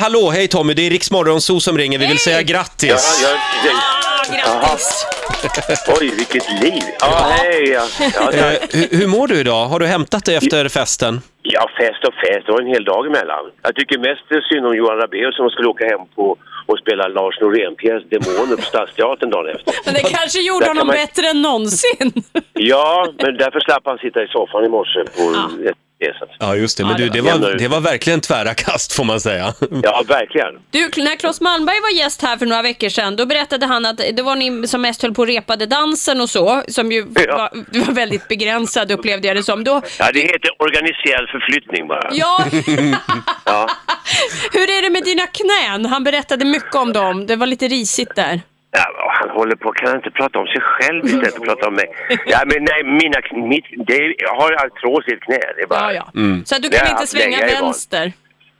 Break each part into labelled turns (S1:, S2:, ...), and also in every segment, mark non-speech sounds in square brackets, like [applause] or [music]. S1: hallå, hej Tommy, det är Riks Morgonzoo som ringer. Vi vill säga
S2: Ja,
S1: grattis.
S2: jag, jag,
S3: Ah, grattis!
S2: oj, vilket liv! Ja, hej! Ja, ja, tack.
S1: Eh, hur, hur mår du idag? Har du hämtat dig efter festen?
S2: ja, fest och fest, det var en hel dag emellan. Jag tycker mest synd om Johan Rabaeus som skulle åka hem på och spela Lars Norén-pjäs Demoner på Stadsteatern dagen efter.
S3: Men det kanske gjorde
S2: Där kan
S3: honom
S2: man-
S3: bättre än
S2: [laughs]
S3: någonsin.
S2: Ja, men därför slapp han sitta i soffan i morse på resan.
S1: Ja, just det. Men
S3: Ja,
S1: du,
S3: det
S1: det
S2: var-
S1: var, det var verkligen tvära kast får man säga.
S2: Ja, verkligen.
S3: Du, när Claes Malmberg var gäst här för några veckor sedan, då berättade han att det var ni som mest höll på och repade dansen och så, som ju
S2: Ja.
S3: var, var väldigt begränsad upplevde jag det som. Då,
S2: Ja, det heter organiserad förflyttning bara.
S3: ja,
S2: Ja.
S3: hur är det med dina knän? Han berättade mycket om dem, det var lite risigt där.
S2: Ja, vad han håller på, kan han inte prata om sig själv istället för att prata om mig? Ja, men nej, mina, kn- mitt, det, är- jag har artros i ett knä. Det är
S3: Ja,
S2: bara
S3: ja. Så att du
S2: Det
S3: kan
S2: har jag
S3: inte
S2: haft
S3: svänga
S2: länge i barn.
S3: vänster,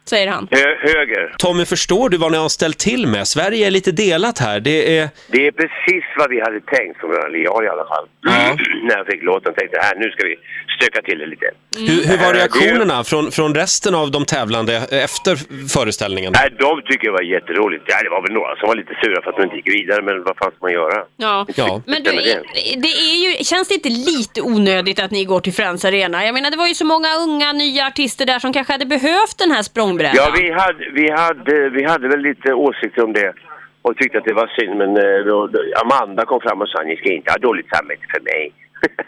S3: säger han.
S2: Hö, höger.
S1: [laughs] Tommy, förstår du vad ni har ställt till med? Sverige är lite delat här. Det är...
S2: Det är precis vad vi hade tänkt, som eller jag i alla fall. [clears throat] När jag fick låten tänkte jag, här nu ska vi stöka till det lite.
S3: Mm.
S1: Hur, hur
S2: Eh,
S1: var
S2: det är-
S1: reaktionerna från, från resten av de tävlande efter föreställningen?
S2: Nej, de tycker det var jätteroligt. Ja, det var väl några som var lite sura för att de inte gick vidare, men vad fan ska man göra?
S3: Ja.
S1: Ja.
S3: Men du, är- det är ju, känns det inte lite onödigt att ni går till Friends Arena? Jag menar, det var ju så många unga, nya artister där som kanske hade behövt den här språngbrädan.
S2: Ja, vi hade, vi hade, vi hade väl lite åsikter om det och tyckte att det var synd, men eh, då, då, Amanda kom fram och sa, ni ska inte ha dåligt samvete för mig.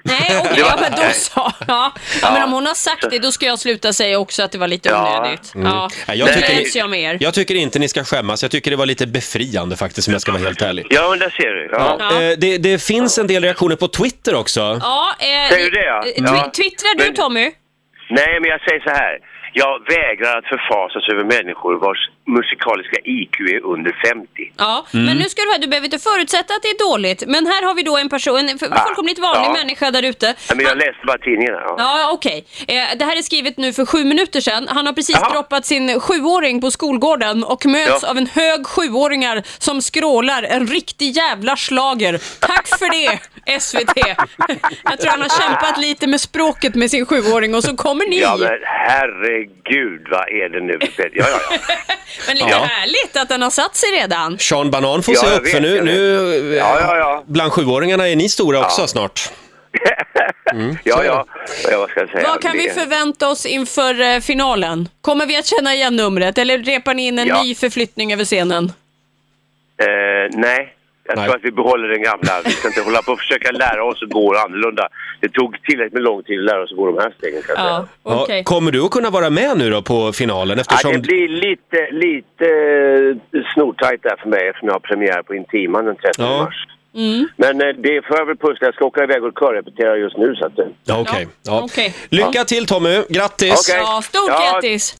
S3: Nej, okej,
S2: Det var-
S3: ja, men då sa ja. ja, men om hon har sagt det, då ska jag sluta säga också att det var lite
S2: Ja.
S3: onödigt. Ja,
S1: Nej, Mm. jag
S3: då
S1: tycker-
S3: skäms jag med er.
S1: Jag tycker inte ni ska skämmas. Jag tycker det var lite befriande faktiskt, om jag ska vara helt ärlig.
S2: [laughs] Ja, men där ser du. Ja.
S3: Ja.
S1: Eh, det, det finns en del reaktioner på Twitter också.
S3: Ja, eh,
S2: Säger du det, ja?
S3: eh,
S2: Ja.
S3: twi- Twittrar du
S2: Men-
S3: Tommy?
S2: Nej, men jag säger så här. Jag vägrar att förfasas över människor vars musikaliska IQ är under 50.
S3: Ja,
S1: Mm.
S3: men nu ska du höra, du behöver inte förutsätta att det är dåligt. Men här har vi då en person, en f- fullkomligt vanlig
S2: Ah. ja.
S3: människa där ute.
S2: Nej, men jag läste bara tidningarna. Ja.
S3: Ja, okej. Eh, det här är skrivet nu för sju minuter sedan. Han har precis
S2: Jaha.
S3: droppat sin sjuåring på skolgården och möts
S2: Ja.
S3: av en hög sjuåringar som skrålar en riktig jävla slager. Tack för det, [laughs] SVT. Jag tror han har kämpat lite med språket med sin sjuåring och så kommer ni.
S2: Ja,
S3: men...
S2: men herregud, vad är det nu? Ja, ja, ja.
S3: lite
S1: Ja.
S3: härligt att den har satt sig redan.
S1: Sean Banan får
S2: Ja,
S1: se
S2: jag
S1: upp,
S2: vet,
S1: för nu,
S2: jag
S1: nu eh,
S2: Ja, ja, ja.
S1: bland sjuåringarna är ni stora också snart.
S2: ja, ja. ja vad ska jag säga?
S3: Vad kan vi
S2: Det-
S3: förvänta oss inför eh, finalen? Kommer vi att känna igen numret eller repar ni in en
S2: Ja.
S3: ny förflyttning över scenen?
S2: Eh, nej. Jag
S1: Nej.
S2: tror att vi behåller den gamla. Vi ska inte hålla på och försöka lära oss att gå annorlunda. Det tog tillräckligt med lång tid att lära oss att gå de här stegen. Kan jag säga.
S3: Ja,
S1: Ja,
S3: okej.
S1: Kommer du att kunna vara med nu då på finalen?
S2: Ja,
S1: Eftersom...
S2: det blir lite, lite eh, snortajt där för mig eftersom jag har premiär på Intiman den 30
S1: Ja.
S2: mars. Men eh, det får jag väl pussla. Jag ska åka iväg och körrepetera just nu. Så att, eh,
S1: Ja, okej.
S3: Ja, okej.
S1: Lycka till Tommy, grattis!
S2: Okej.
S3: Ja, stort
S2: Ja.
S3: grattis!